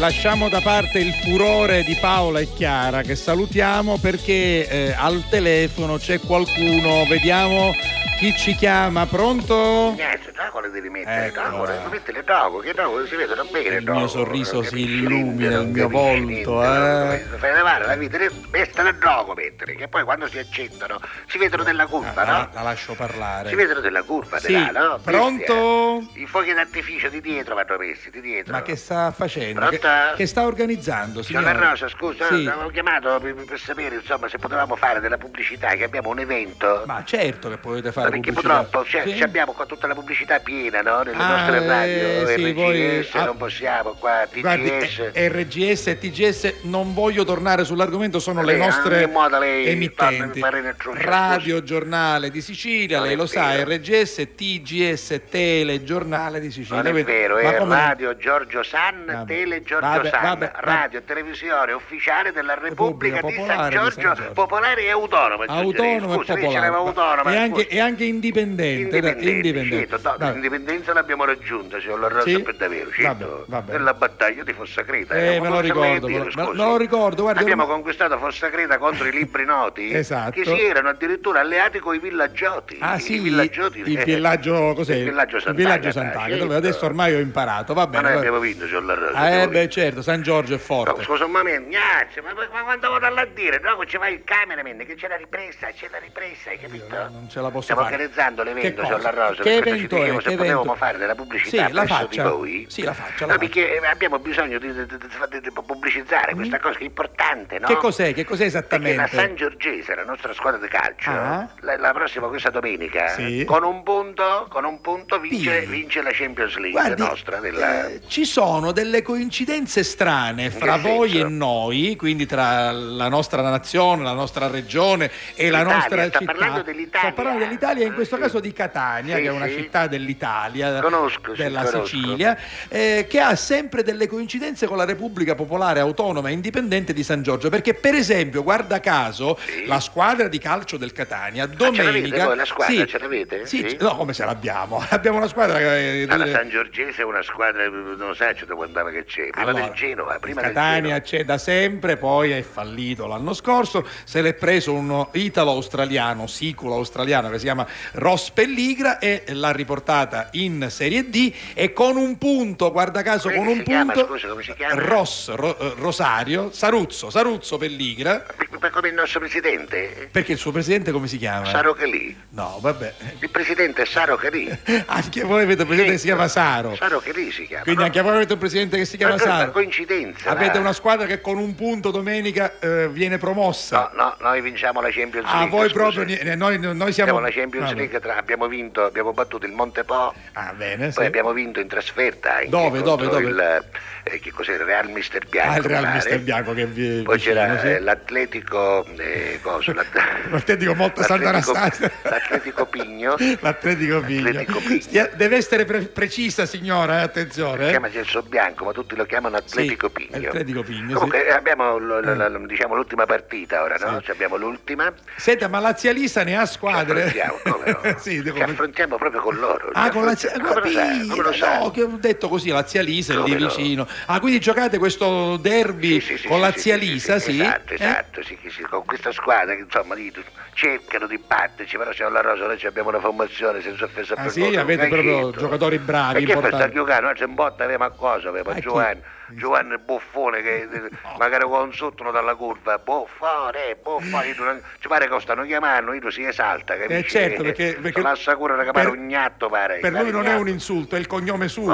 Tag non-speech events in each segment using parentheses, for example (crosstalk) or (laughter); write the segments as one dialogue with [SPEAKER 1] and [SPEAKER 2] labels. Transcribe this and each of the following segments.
[SPEAKER 1] lasciamo da parte il furore di Paola e Chiara che salutiamo perché eh, al telefono c'è qualcuno, vediamo chi ci chiama, pronto?
[SPEAKER 2] Niente, tavole devi mettere,
[SPEAKER 1] Ecco.
[SPEAKER 2] tavole, devi mettere tavole, che tavole si vedono bene.
[SPEAKER 1] Il mio
[SPEAKER 2] tavolo,
[SPEAKER 1] sorriso
[SPEAKER 2] non
[SPEAKER 1] si
[SPEAKER 2] capisci
[SPEAKER 1] illumina,
[SPEAKER 2] niente,
[SPEAKER 1] il
[SPEAKER 2] non
[SPEAKER 1] mio
[SPEAKER 2] capisci
[SPEAKER 1] volto,
[SPEAKER 2] niente,
[SPEAKER 1] eh.
[SPEAKER 2] non- Fai levare la vita, mettere il drogo mettere, che poi quando si accendono si vedono della curva,
[SPEAKER 1] Ah,
[SPEAKER 2] no?
[SPEAKER 1] La lascio parlare.
[SPEAKER 2] Si vedono della curva,
[SPEAKER 1] Sì,
[SPEAKER 2] te la, no? eh.
[SPEAKER 1] pronto?
[SPEAKER 2] Bestia. I fuochi d'artificio di dietro vanno messi, di dietro.
[SPEAKER 1] Ma che sta facendo? Che,
[SPEAKER 2] Pronto?
[SPEAKER 1] che sta organizzando, signora?
[SPEAKER 2] Signor Rosa, scusa,
[SPEAKER 1] Sì.
[SPEAKER 2] avevo chiamato per, per sapere insomma se potevamo fare della pubblicità, che abbiamo un evento.
[SPEAKER 1] Ma certo che potete fare
[SPEAKER 2] No, perché
[SPEAKER 1] pubblicità.
[SPEAKER 2] purtroppo cioè,
[SPEAKER 1] Sì?
[SPEAKER 2] ci abbiamo qua tutta la pubblicità piena no? nelle
[SPEAKER 1] Ah,
[SPEAKER 2] nostre radio,
[SPEAKER 1] eh, sì,
[SPEAKER 2] RGS,
[SPEAKER 1] voi- ah,
[SPEAKER 2] non possiamo qua, TGS.
[SPEAKER 1] Guardi, eh, RGS e TGS, non voglio tornare sull'argomento, sono le
[SPEAKER 2] Lei,
[SPEAKER 1] nostre
[SPEAKER 2] in che modo lei parla,
[SPEAKER 1] emittenti.
[SPEAKER 2] mi pare una truce,
[SPEAKER 1] Radio Giornale di Sicilia,
[SPEAKER 2] Non
[SPEAKER 1] lei
[SPEAKER 2] è
[SPEAKER 1] lo sa,
[SPEAKER 2] vero.
[SPEAKER 1] RGS, TGS, Telegiornale di Sicilia.
[SPEAKER 2] non è
[SPEAKER 1] Vedi-
[SPEAKER 2] vero,
[SPEAKER 1] ma
[SPEAKER 2] è
[SPEAKER 1] come-
[SPEAKER 2] Radio Giorgio San,
[SPEAKER 1] Vabbè,
[SPEAKER 2] Tele Giorgio
[SPEAKER 1] vabbè,
[SPEAKER 2] San,
[SPEAKER 1] vabbè, vabbè.
[SPEAKER 2] radio e televisione ufficiale della Repubblica
[SPEAKER 1] Repubblica
[SPEAKER 2] di San
[SPEAKER 1] Popolare di San
[SPEAKER 2] Giorgio,
[SPEAKER 1] Giorgio.
[SPEAKER 2] popolare e autonoma.
[SPEAKER 1] Autonomo e
[SPEAKER 2] scusa, lì
[SPEAKER 1] popolare.
[SPEAKER 2] c'era autonoma.
[SPEAKER 1] e, anche,
[SPEAKER 2] scusa.
[SPEAKER 1] e anche indipendente. dai,
[SPEAKER 2] Indipendenti,
[SPEAKER 1] indipendente.
[SPEAKER 2] certo, no,
[SPEAKER 1] Dai.
[SPEAKER 2] l'indipendenza l'abbiamo raggiunta, signor La Rosa,
[SPEAKER 1] Sì?
[SPEAKER 2] per davvero,
[SPEAKER 1] Vabbè,
[SPEAKER 2] certo.
[SPEAKER 1] vabbè.
[SPEAKER 2] Nella battaglia di Fossa Creta.
[SPEAKER 1] Eh,
[SPEAKER 2] eh,
[SPEAKER 1] me
[SPEAKER 2] ma
[SPEAKER 1] lo
[SPEAKER 2] cosa vuoi
[SPEAKER 1] ricordo,
[SPEAKER 2] dire,
[SPEAKER 1] me lo-
[SPEAKER 2] scusi?
[SPEAKER 1] me lo ricordo, guardi,
[SPEAKER 2] Abbiamo
[SPEAKER 1] ormai-
[SPEAKER 2] conquistato Fossa Creta contro i libri noti
[SPEAKER 1] (laughs) Esatto.
[SPEAKER 2] che si erano addirittura alleati con i villaggioti.
[SPEAKER 1] Ah sì,
[SPEAKER 2] i villaggioti.
[SPEAKER 1] il villaggio cos'è?
[SPEAKER 2] Il villaggio Sant'Agata.
[SPEAKER 1] Sant'Agata,
[SPEAKER 2] certo.
[SPEAKER 1] dove adesso ormai ho imparato, va
[SPEAKER 2] Ma
[SPEAKER 1] bene.
[SPEAKER 2] noi
[SPEAKER 1] va-
[SPEAKER 2] abbiamo vinto, signor La Rosa.
[SPEAKER 1] Ah, eh,
[SPEAKER 2] abbiamo
[SPEAKER 1] beh,
[SPEAKER 2] vinto.
[SPEAKER 1] certo, San Giorgio è
[SPEAKER 2] No,
[SPEAKER 1] forte.
[SPEAKER 2] scusa un momento, Ignazio, ma, ma- ma quando vado là a dire, no, che ci va il cameraman, che c'è la ripresa, c'è la ripresa, hai capito?
[SPEAKER 1] Io non ce la posso
[SPEAKER 2] Stiamo
[SPEAKER 1] fare.
[SPEAKER 2] organizzando
[SPEAKER 1] Che
[SPEAKER 2] l'evento
[SPEAKER 1] cosa?
[SPEAKER 2] sulla
[SPEAKER 1] Che
[SPEAKER 2] Rosa, per questo ci
[SPEAKER 1] evento
[SPEAKER 2] dicevo
[SPEAKER 1] è?
[SPEAKER 2] se
[SPEAKER 1] Che
[SPEAKER 2] potevamo
[SPEAKER 1] evento?
[SPEAKER 2] fare della pubblicità
[SPEAKER 1] Sì, la
[SPEAKER 2] presso
[SPEAKER 1] faccia.
[SPEAKER 2] di voi.
[SPEAKER 1] Sì, la faccia, la
[SPEAKER 2] no, perché eh, abbiamo bisogno di, di- di- di- di pubblicizzare questa cosa che è importante, no?
[SPEAKER 1] Che cos'è? Che cos'è
[SPEAKER 2] Perché la
[SPEAKER 1] esattamente?
[SPEAKER 2] San Giorgese, la nostra squadra di calcio,
[SPEAKER 1] Ah.
[SPEAKER 2] la, la prossima questa domenica,
[SPEAKER 1] Sì.
[SPEAKER 2] con un punto, con un punto vince,
[SPEAKER 1] Sì.
[SPEAKER 2] vince la Champions League
[SPEAKER 1] Guardi,
[SPEAKER 2] nostra. Della...
[SPEAKER 1] eh, ci sono delle coincidenze strane fra
[SPEAKER 2] che
[SPEAKER 1] voi
[SPEAKER 2] senso?
[SPEAKER 1] e noi, quindi tra la nostra nazione, la nostra regione e la
[SPEAKER 2] L'Italia,
[SPEAKER 1] nostra
[SPEAKER 2] sta
[SPEAKER 1] città.
[SPEAKER 2] parlando dell'Italia.
[SPEAKER 1] Sto parlando dell'Italia, in questo
[SPEAKER 2] Sì.
[SPEAKER 1] caso di Catania,
[SPEAKER 2] Sì,
[SPEAKER 1] che è una
[SPEAKER 2] sì.
[SPEAKER 1] città dell'Italia,
[SPEAKER 2] Conosco, sì,
[SPEAKER 1] della
[SPEAKER 2] conosco.
[SPEAKER 1] Sicilia, eh, che ha sempre delle coincidenze con la Repubblica Popolare Autonoma e Indipendente di San Giorgio, perché per esempio, guarda caso,
[SPEAKER 2] Sì.
[SPEAKER 1] la squadra di calcio del Catania
[SPEAKER 2] Ah, ce l'avete
[SPEAKER 1] domenica...
[SPEAKER 2] voi la squadra?
[SPEAKER 1] Sì.
[SPEAKER 2] Ce l'avete?
[SPEAKER 1] Sì,
[SPEAKER 2] Sì.
[SPEAKER 1] c- no, come se l'abbiamo? (laughs) Abbiamo una squadra... eh,
[SPEAKER 2] Ah, la
[SPEAKER 1] eh,
[SPEAKER 2] San Giorgese è una squadra, non sa da quando andava che c'è, prima
[SPEAKER 1] allora,
[SPEAKER 2] del Genova, prima
[SPEAKER 1] il Catania
[SPEAKER 2] del
[SPEAKER 1] c'è da sempre, poi è fallito l'anno scorso, se l'è preso un italo-australiano, siculo australiano che si chiama Ross Pelligra e l'ha riportata in Serie D e con un punto, guarda caso
[SPEAKER 2] Come
[SPEAKER 1] con
[SPEAKER 2] si
[SPEAKER 1] un
[SPEAKER 2] chiama,
[SPEAKER 1] punto,
[SPEAKER 2] scusa, come si chiama?
[SPEAKER 1] Ross, Ro- eh, Rosario, Saruzzo, Saruzzo Pelligra,
[SPEAKER 2] Genova. Per- Come il nostro presidente,
[SPEAKER 1] perché il suo presidente come si chiama?
[SPEAKER 2] Saro Calì.
[SPEAKER 1] No, vabbè. (laughs)
[SPEAKER 2] Il presidente è Saro Calì.
[SPEAKER 1] Anche voi avete un presidente che si chiama Saro.
[SPEAKER 2] Saro Calì si chiama.
[SPEAKER 1] Quindi
[SPEAKER 2] no?
[SPEAKER 1] anche voi avete un presidente che si chiama
[SPEAKER 2] Ma questa è una
[SPEAKER 1] Saro.
[SPEAKER 2] coincidenza, eh?
[SPEAKER 1] Avete
[SPEAKER 2] dai.
[SPEAKER 1] una squadra che con un punto domenica eh, viene promossa.
[SPEAKER 2] No, no, noi vinciamo la Champions
[SPEAKER 1] Ah,
[SPEAKER 2] Ah, League.
[SPEAKER 1] voi
[SPEAKER 2] scusi.
[SPEAKER 1] proprio ni- noi, noi siamo
[SPEAKER 2] Siamo alla Champions
[SPEAKER 1] Vabbè.
[SPEAKER 2] League, tra- abbiamo vinto, abbiamo battuto il Montepo,
[SPEAKER 1] Ah, bene, sì.
[SPEAKER 2] poi abbiamo vinto in trasferta anche
[SPEAKER 1] Dove, dove,
[SPEAKER 2] contro
[SPEAKER 1] dove?
[SPEAKER 2] il eh, che cos'è, il Real Mister Bianco.
[SPEAKER 1] Ah, il Real
[SPEAKER 2] mi pare.
[SPEAKER 1] Mister Bianco che vi-
[SPEAKER 2] Poi
[SPEAKER 1] vicino,
[SPEAKER 2] c'era
[SPEAKER 1] sì.
[SPEAKER 2] eh, l'Atletico eh,
[SPEAKER 1] (laughs)
[SPEAKER 2] cosa, l'At-
[SPEAKER 1] L'Atletico Motta
[SPEAKER 2] l'Atletico-
[SPEAKER 1] Sant'Anastasia.
[SPEAKER 2] (laughs) L'Atletico Pigno.
[SPEAKER 1] L'Atletico Pigno.
[SPEAKER 2] L'Atletico Pigno.
[SPEAKER 1] Stia- deve essere pre- precisa, signora, eh, attenzione. eh.
[SPEAKER 2] Si chiama Celso Bianco, ma tutti lo chiamano Atletico
[SPEAKER 1] Sì,
[SPEAKER 2] Pigno.
[SPEAKER 1] Atletico Pigno,
[SPEAKER 2] Comunque
[SPEAKER 1] sì.
[SPEAKER 2] eh, abbiamo l- l- l- diciamo, l'ultima partita ora, no?
[SPEAKER 1] Sì.
[SPEAKER 2] Cioè, abbiamo l'ultima.
[SPEAKER 1] Senta, ma la zia Lisa ne ha
[SPEAKER 2] Ci
[SPEAKER 1] squadre?
[SPEAKER 2] affrontiamo, come no?
[SPEAKER 1] (laughs) sì,
[SPEAKER 2] Ci
[SPEAKER 1] devo-
[SPEAKER 2] affrontiamo proprio con loro.
[SPEAKER 1] Ah,
[SPEAKER 2] ci
[SPEAKER 1] con la zia,
[SPEAKER 2] affrontiamo. Come lo sa? Come lo sa?
[SPEAKER 1] no, che ho detto così, la zia Lisa è lì
[SPEAKER 2] Come no?
[SPEAKER 1] vicino. Ah, quindi giocate questo derby
[SPEAKER 2] Sì, sì, sì,
[SPEAKER 1] con
[SPEAKER 2] sì,
[SPEAKER 1] la
[SPEAKER 2] sì,
[SPEAKER 1] zia
[SPEAKER 2] sì,
[SPEAKER 1] Lisa, sì?
[SPEAKER 2] Esatto,
[SPEAKER 1] Eh?
[SPEAKER 2] esatto, sì, che sì, con questa squadra che insomma lì tu- cercano di batterci, però siamo la Rosa, noi ci abbiamo una formazione senza offesa
[SPEAKER 1] Ah,
[SPEAKER 2] per
[SPEAKER 1] sì?
[SPEAKER 2] nulla, un
[SPEAKER 1] Avete proprio
[SPEAKER 2] calcetto.
[SPEAKER 1] giocatori bravi,
[SPEAKER 2] E che fa sta
[SPEAKER 1] importanti.
[SPEAKER 2] giocare? Noi c'è un botta, avevamo a cosa, avevamo
[SPEAKER 1] Ah, chi?
[SPEAKER 2] Giovanni, Giovanni
[SPEAKER 1] (laughs)
[SPEAKER 2] Buffone che eh, magari con sottono dalla curva, Buffone, Buffone, io non- ci pare che lo stanno chiamando, io si esalta, capisci?
[SPEAKER 1] Eh, certo,
[SPEAKER 2] (laughs)
[SPEAKER 1] perché, perché
[SPEAKER 2] non assicura che pare un gnatto pare.
[SPEAKER 1] per lui
[SPEAKER 2] pare
[SPEAKER 1] non è
[SPEAKER 2] gnatto.
[SPEAKER 1] un insulto, è il cognome suo.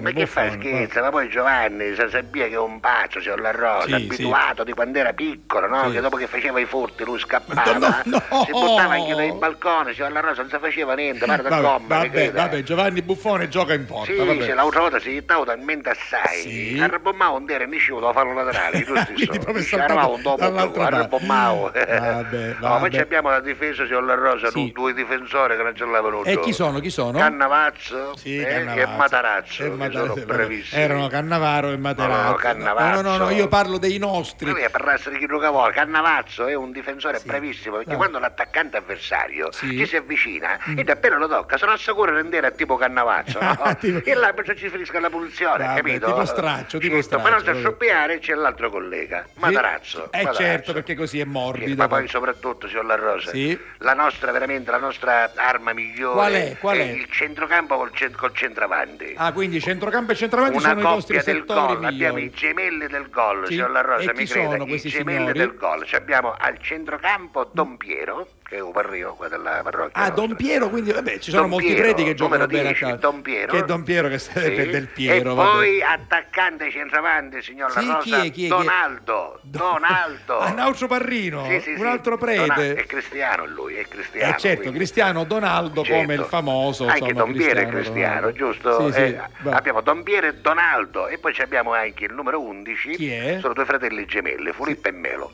[SPEAKER 1] Buffone,
[SPEAKER 2] ma che fa
[SPEAKER 1] Buffone.
[SPEAKER 2] scherza? Ma poi Giovanni sa- sapeva che è un pazzo, c'è la rosa,
[SPEAKER 1] Sì,
[SPEAKER 2] abituato di quando era piccolo, no?
[SPEAKER 1] Sì.
[SPEAKER 2] Che dopo che faceva i furti lui scappava, eh?
[SPEAKER 1] No, no, no!
[SPEAKER 2] si buttava anche dal balcone, c'è la rosa, non si faceva niente, guarda da
[SPEAKER 1] Vabbè,
[SPEAKER 2] gomma, mi
[SPEAKER 1] vabbè,
[SPEAKER 2] creda.
[SPEAKER 1] vabbè, Giovanni Buffone gioca in porta.
[SPEAKER 2] Sì,
[SPEAKER 1] vabbè.
[SPEAKER 2] se l'altra volta si stava talmente assai,
[SPEAKER 1] Sì. Ah,
[SPEAKER 2] a Rabommao non era nessuno a farlo laterale,
[SPEAKER 1] (laughs)
[SPEAKER 2] tu
[SPEAKER 1] Quindi
[SPEAKER 2] stesso.
[SPEAKER 1] proprio è
[SPEAKER 2] Dice,
[SPEAKER 1] saltato
[SPEAKER 2] "Armavo un dopo
[SPEAKER 1] dall'altra
[SPEAKER 2] due, a
[SPEAKER 1] parte."
[SPEAKER 2] Rabommao.
[SPEAKER 1] Vabbè,
[SPEAKER 2] (laughs) No, poi
[SPEAKER 1] vabbè.
[SPEAKER 2] ci abbiamo la difesa, c'è la rosa,
[SPEAKER 1] Sì.
[SPEAKER 2] du- due difensori che non ce l'avevano
[SPEAKER 1] E chi sono? Chi sono?
[SPEAKER 2] Cannavazzo
[SPEAKER 1] Sì,
[SPEAKER 2] eh,
[SPEAKER 1] Cannavazzo.
[SPEAKER 2] e Matarazzo,
[SPEAKER 1] E
[SPEAKER 2] che
[SPEAKER 1] Matarazzo,
[SPEAKER 2] sono
[SPEAKER 1] vabbè.
[SPEAKER 2] bravissimi.
[SPEAKER 1] Erano Cannavaro e Matarazzo.
[SPEAKER 2] No, Cannavazzo.
[SPEAKER 1] No, no, no, io parlo dei nostri.
[SPEAKER 2] Ma Lui è per essere chi gioca vuole. Cannavazzo è un difensore
[SPEAKER 1] Sì.
[SPEAKER 2] bravissimo perché
[SPEAKER 1] Ah.
[SPEAKER 2] quando l'attaccante avversario
[SPEAKER 1] Sì. Mm.
[SPEAKER 2] ci si avvicina ed appena lo tocca sono al sicuro di rendere a tipo Cannavazzo no?
[SPEAKER 1] (laughs) Ah, tipo-
[SPEAKER 2] e là perciò ci finisca la punizione,
[SPEAKER 1] Vabbè,
[SPEAKER 2] capito?
[SPEAKER 1] tipo Stracci, straccio, tipo
[SPEAKER 2] Certo,
[SPEAKER 1] straccio.
[SPEAKER 2] però se
[SPEAKER 1] proprio.
[SPEAKER 2] scioppiare c'è l'altro collega, Matarazzo.
[SPEAKER 1] Eh
[SPEAKER 2] Matarazzo.
[SPEAKER 1] certo, perché così è morbido.
[SPEAKER 2] Sì, Ma poi soprattutto, signor La Rosa,
[SPEAKER 1] Sì.
[SPEAKER 2] la nostra veramente la nostra arma migliore
[SPEAKER 1] Qual è? Qual è?
[SPEAKER 2] il centrocampo col, cent- col centravanti.
[SPEAKER 1] Ah, quindi centrocampo e centravanti
[SPEAKER 2] Una
[SPEAKER 1] sono i nostri
[SPEAKER 2] coppia del
[SPEAKER 1] settori
[SPEAKER 2] gol,
[SPEAKER 1] migliori.
[SPEAKER 2] abbiamo i gemelli del gol,
[SPEAKER 1] Sì.
[SPEAKER 2] signor La Rosa,
[SPEAKER 1] E
[SPEAKER 2] mi
[SPEAKER 1] chi
[SPEAKER 2] creda,
[SPEAKER 1] sono
[SPEAKER 2] i
[SPEAKER 1] questi
[SPEAKER 2] gemelli
[SPEAKER 1] signori?
[SPEAKER 2] del gol. Ci abbiamo al centrocampo Don Piero, che è un parrio qua della parrocchia.
[SPEAKER 1] Ah, Don
[SPEAKER 2] nostra.
[SPEAKER 1] Piero, quindi vabbè, ci sono
[SPEAKER 2] Don
[SPEAKER 1] molti
[SPEAKER 2] Piero,
[SPEAKER 1] preti che giocano
[SPEAKER 2] numero
[SPEAKER 1] bene a
[SPEAKER 2] 10,
[SPEAKER 1] calcio.
[SPEAKER 2] Don Piero.
[SPEAKER 1] Che è Don Piero che sarebbe
[SPEAKER 2] Sì.
[SPEAKER 1] del Piero,
[SPEAKER 2] E
[SPEAKER 1] vabbè.
[SPEAKER 2] poi attaccante centravanti, signor La
[SPEAKER 1] Sì,
[SPEAKER 2] Rosa,
[SPEAKER 1] chi è, chi è, chi è?
[SPEAKER 2] Donaldo,
[SPEAKER 1] (laughs)
[SPEAKER 2] Donaldo.
[SPEAKER 1] Ah, Naucio Parrino,
[SPEAKER 2] Sì, sì, sì.
[SPEAKER 1] un altro
[SPEAKER 2] Dona- è
[SPEAKER 1] prete.
[SPEAKER 2] cristiano lui, è cristiano.
[SPEAKER 1] Eh certo,
[SPEAKER 2] quindi.
[SPEAKER 1] Cristiano Donaldo come
[SPEAKER 2] Certo.
[SPEAKER 1] il famoso.
[SPEAKER 2] Anche
[SPEAKER 1] insomma,
[SPEAKER 2] Don Piero è
[SPEAKER 1] Cristiano
[SPEAKER 2] cristiano,
[SPEAKER 1] Ronaldo.
[SPEAKER 2] giusto?
[SPEAKER 1] Sì, sì,
[SPEAKER 2] Eh,
[SPEAKER 1] va-
[SPEAKER 2] abbiamo Don Piero e Donaldo e poi ci abbiamo anche il numero 11.
[SPEAKER 1] Chi è?
[SPEAKER 2] Sono due fratelli gemelli, Filippo
[SPEAKER 1] (laughs)
[SPEAKER 2] e Melo.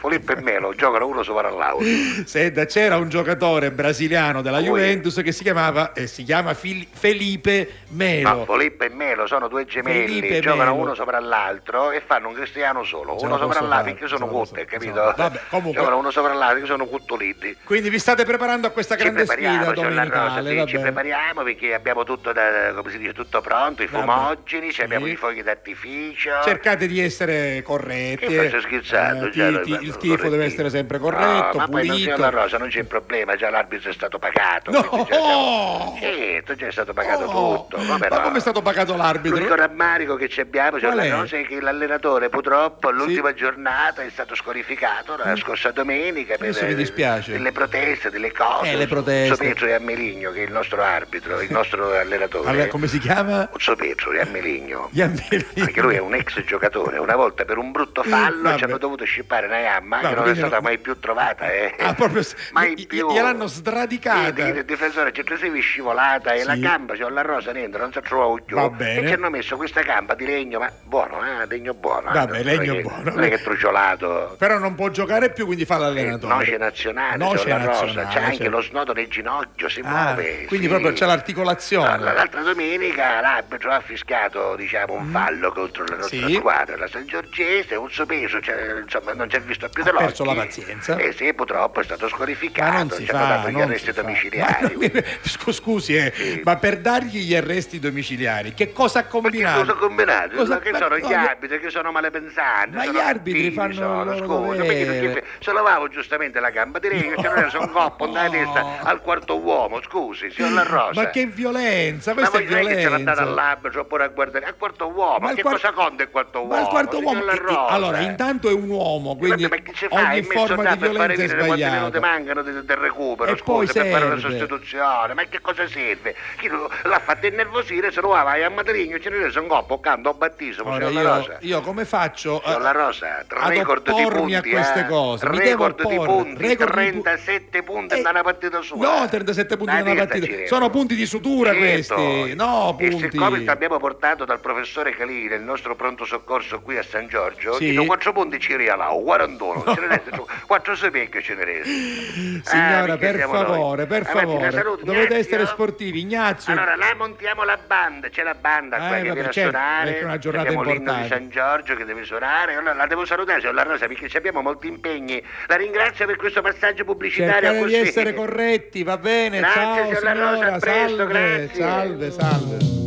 [SPEAKER 2] Filippo e Melo giocano uno sopra l'altro.
[SPEAKER 1] (laughs) Senta, c'era un giocatore brasiliano della
[SPEAKER 2] Lui.
[SPEAKER 1] Juventus che si chiamava e si chiama Fil- Felipe
[SPEAKER 2] Ma
[SPEAKER 1] Melo.
[SPEAKER 2] Filippo e Melo sono due gemelli,
[SPEAKER 1] Filippo e
[SPEAKER 2] giocano
[SPEAKER 1] Melo.
[SPEAKER 2] uno sopra l'altro e fanno un cristiano solo,
[SPEAKER 1] Ce la
[SPEAKER 2] uno sopra
[SPEAKER 1] posso
[SPEAKER 2] l'altro
[SPEAKER 1] fare,
[SPEAKER 2] perché
[SPEAKER 1] ce
[SPEAKER 2] sono
[SPEAKER 1] la posso-
[SPEAKER 2] cutte, capito?
[SPEAKER 1] insomma, vabbè, comunque-
[SPEAKER 2] Giocano uno sopra l'altro perché sono cuttoliti.
[SPEAKER 1] Quindi vi state preparando a questa
[SPEAKER 2] Ci
[SPEAKER 1] grande sfida
[SPEAKER 2] prepariamo, signor La Rosa,
[SPEAKER 1] domenicale.
[SPEAKER 2] sì, ci
[SPEAKER 1] vabbè.
[SPEAKER 2] prepariamo perché abbiamo tutto, da, come si dice, tutto pronto, i
[SPEAKER 1] Vabbè.
[SPEAKER 2] fumogeni, ci abbiamo
[SPEAKER 1] Sì.
[SPEAKER 2] i fuochi d'artificio.
[SPEAKER 1] Cercate di essere corretti.
[SPEAKER 2] Che faccio
[SPEAKER 1] eh.
[SPEAKER 2] scherzando?
[SPEAKER 1] Eh,
[SPEAKER 2] già,
[SPEAKER 1] ti-
[SPEAKER 2] noi
[SPEAKER 1] ti-
[SPEAKER 2] parliamo
[SPEAKER 1] il tifo deve
[SPEAKER 2] cioè, correttino.
[SPEAKER 1] essere sempre
[SPEAKER 2] No,
[SPEAKER 1] corretto,
[SPEAKER 2] ma poi
[SPEAKER 1] pulito.
[SPEAKER 2] non signor La Rosa, non c'è problema, già l'arbitro è stato pagato.
[SPEAKER 1] No!
[SPEAKER 2] quindi già siamo- Certo, già è stato pagato
[SPEAKER 1] Oh,
[SPEAKER 2] tutto.
[SPEAKER 1] ma
[SPEAKER 2] no?
[SPEAKER 1] come è stato pagato l'arbitro?
[SPEAKER 2] L'unico rammarico che ci abbiamo, signor
[SPEAKER 1] Qual
[SPEAKER 2] La
[SPEAKER 1] è?
[SPEAKER 2] Rosa, è che l'allenatore purtroppo all'ultima giornata è stato scorificato la scorsa domenica per
[SPEAKER 1] Mm.
[SPEAKER 2] eh,
[SPEAKER 1] Adesso mi dispiace.
[SPEAKER 2] delle proteste, delle cose.
[SPEAKER 1] Eh, le proteste.
[SPEAKER 2] Sopetro e Ammeligno, che è il nostro arbitro, il
[SPEAKER 1] (laughs)
[SPEAKER 2] nostro allenatore.
[SPEAKER 1] Allora, come si
[SPEAKER 2] (laughs)
[SPEAKER 1] chiama?
[SPEAKER 2] Sopetro e Ammeligno. Perché
[SPEAKER 1] Perché
[SPEAKER 2] lui è un ex giocatore, una volta per un brutto fallo
[SPEAKER 1] Mm, Vabbè.
[SPEAKER 2] ci hanno dovuto scippare una gamba
[SPEAKER 1] Vabbè,
[SPEAKER 2] che non è
[SPEAKER 1] quindi
[SPEAKER 2] stata
[SPEAKER 1] no-
[SPEAKER 2] mai più trovata. Eh.
[SPEAKER 1] Ah, proprio-
[SPEAKER 2] (laughs) mai
[SPEAKER 1] gli-
[SPEAKER 2] più.
[SPEAKER 1] gliel'hanno sradicata.
[SPEAKER 2] Sì, Il, difensore centrosivi è scivolata e
[SPEAKER 1] Sì.
[SPEAKER 2] la gamba, cioè la rosa dentro, non si trovava più.
[SPEAKER 1] Va bene.
[SPEAKER 2] E ci hanno messo questa gamba di legno, ma buono, eh, legno buono. eh.
[SPEAKER 1] Vabbè,
[SPEAKER 2] Non è
[SPEAKER 1] legno
[SPEAKER 2] che-
[SPEAKER 1] buono.
[SPEAKER 2] Non è che è truciolato.
[SPEAKER 1] Però non può giocare più, quindi fa l'allenatore.
[SPEAKER 2] Eh, Noce nazionale,
[SPEAKER 1] Noce
[SPEAKER 2] c'è la rosa,
[SPEAKER 1] nazionale,
[SPEAKER 2] c'è anche
[SPEAKER 1] certo.
[SPEAKER 2] lo snodo nel ginocchio, si
[SPEAKER 1] Ah,
[SPEAKER 2] muove.
[SPEAKER 1] quindi
[SPEAKER 2] sì.
[SPEAKER 1] proprio c'è
[SPEAKER 2] No,
[SPEAKER 1] l'articolazione.
[SPEAKER 2] l- l'altra domenica l'arbitro ha fischiato diciamo, un fallo contro la nostra
[SPEAKER 1] Mm. Sì.
[SPEAKER 2] squadra, la San Giorgese, un sopeso, cioè, insomma non ci ha visto più
[SPEAKER 1] Ha
[SPEAKER 2] dell'occhio.
[SPEAKER 1] perso la pazienza.
[SPEAKER 2] E sì, purtroppo è stato
[SPEAKER 1] ma
[SPEAKER 2] scorificato,
[SPEAKER 1] non si
[SPEAKER 2] ci hanno
[SPEAKER 1] fa,
[SPEAKER 2] dato cioè, gli
[SPEAKER 1] non
[SPEAKER 2] arresti
[SPEAKER 1] si fa. (laughs)
[SPEAKER 2] domiciliari.
[SPEAKER 1] Ma non- scu- scusi, eh,
[SPEAKER 2] Sì.
[SPEAKER 1] ma per dargli gli arresti domiciliari, che cosa ha
[SPEAKER 2] Ma che
[SPEAKER 1] combinato?
[SPEAKER 2] cosa combinato?
[SPEAKER 1] Cosa-
[SPEAKER 2] che
[SPEAKER 1] ma
[SPEAKER 2] sono
[SPEAKER 1] no,
[SPEAKER 2] gli arbitri, che sono malepensanti.
[SPEAKER 1] Ma
[SPEAKER 2] sono
[SPEAKER 1] gli arbitri
[SPEAKER 2] cattivi,
[SPEAKER 1] fanno il
[SPEAKER 2] sono,
[SPEAKER 1] loro
[SPEAKER 2] scusa,
[SPEAKER 1] dovere.
[SPEAKER 2] perché tutti- se lavavo giustamente la gamba di legno, c'era un coppo dalla
[SPEAKER 1] No.
[SPEAKER 2] testa al quarto uomo, scusi, signor La Rosa.
[SPEAKER 1] Ma che violenza,
[SPEAKER 2] Ma
[SPEAKER 1] questa
[SPEAKER 2] voi
[SPEAKER 1] è
[SPEAKER 2] non è che
[SPEAKER 1] violenza.
[SPEAKER 2] c'è andata all'albero oppure a guardare al quarto uomo, ma
[SPEAKER 1] il
[SPEAKER 2] che
[SPEAKER 1] quar-
[SPEAKER 2] cosa conta il quarto uomo?
[SPEAKER 1] Ma il quarto uomo,
[SPEAKER 2] Signor La
[SPEAKER 1] eh, eh,
[SPEAKER 2] Rosa.
[SPEAKER 1] allora, intanto è un uomo, quindi
[SPEAKER 2] Vabbè, ma che ci fa?
[SPEAKER 1] ogni
[SPEAKER 2] È messo là
[SPEAKER 1] forma di
[SPEAKER 2] per fare
[SPEAKER 1] violenza è
[SPEAKER 2] vedere quante minute
[SPEAKER 1] sbagliata.
[SPEAKER 2] mancano del, del recupero,
[SPEAKER 1] E poi
[SPEAKER 2] scusa, per fare la
[SPEAKER 1] serve.
[SPEAKER 2] sostituzione. Ma che cosa serve? Chi lo- l'ha fatto innervosire, se lo vai a Madrigno, ce ne resta un coppo, canto, battesimo,
[SPEAKER 1] Ora,
[SPEAKER 2] signor La
[SPEAKER 1] io,
[SPEAKER 2] Rosa.
[SPEAKER 1] io come faccio eh,
[SPEAKER 2] Signor La Rosa, record di
[SPEAKER 1] oppormi
[SPEAKER 2] punti,
[SPEAKER 1] a queste
[SPEAKER 2] eh.
[SPEAKER 1] cose? Mi devo
[SPEAKER 2] record di
[SPEAKER 1] opporre,
[SPEAKER 2] punti,
[SPEAKER 1] record di pu-
[SPEAKER 2] 37 punti
[SPEAKER 1] Eh,
[SPEAKER 2] da una partita sua.
[SPEAKER 1] No, 37 punti da
[SPEAKER 2] Dai,
[SPEAKER 1] una
[SPEAKER 2] diretta,
[SPEAKER 1] partita.
[SPEAKER 2] Cirello.
[SPEAKER 1] Sono punti di sutura
[SPEAKER 2] Certo.
[SPEAKER 1] questi. No, punti.
[SPEAKER 2] E siccome ti abbiamo portato dal professore Calì nel nostro pronto soccorso qui a San Giorgio,
[SPEAKER 1] Sì.
[SPEAKER 2] dico 4 punti ci rialau, 41, ce ne resta 4 sepecchio ce ne resta.
[SPEAKER 1] Signora,
[SPEAKER 2] Ah, perché
[SPEAKER 1] per
[SPEAKER 2] siamo noi.
[SPEAKER 1] favore, per
[SPEAKER 2] Avanti, la
[SPEAKER 1] favore.
[SPEAKER 2] saluti,
[SPEAKER 1] Dovete
[SPEAKER 2] Ignazio?
[SPEAKER 1] essere sportivi, Ignazio.
[SPEAKER 2] Allora, là montiamo la banda, c'è la banda
[SPEAKER 1] Eh,
[SPEAKER 2] qua che
[SPEAKER 1] vabbè,
[SPEAKER 2] viene a
[SPEAKER 1] certo,
[SPEAKER 2] suonare.
[SPEAKER 1] perché è una giornata
[SPEAKER 2] abbiamo l'inno di
[SPEAKER 1] importante.
[SPEAKER 2] San Giorgio che deve suonare. Allora, la devo salutare, signor La Rosa, perché ci abbiamo molti impegni. La ringrazio per questo passaggio pubblicitario
[SPEAKER 1] Cercate di
[SPEAKER 2] così.
[SPEAKER 1] essere corretti, va bene.
[SPEAKER 2] Grazie,
[SPEAKER 1] ciao
[SPEAKER 2] signora Rosa,
[SPEAKER 1] signora,
[SPEAKER 2] a presto,
[SPEAKER 1] salve,
[SPEAKER 2] grazie.
[SPEAKER 1] salve, salve.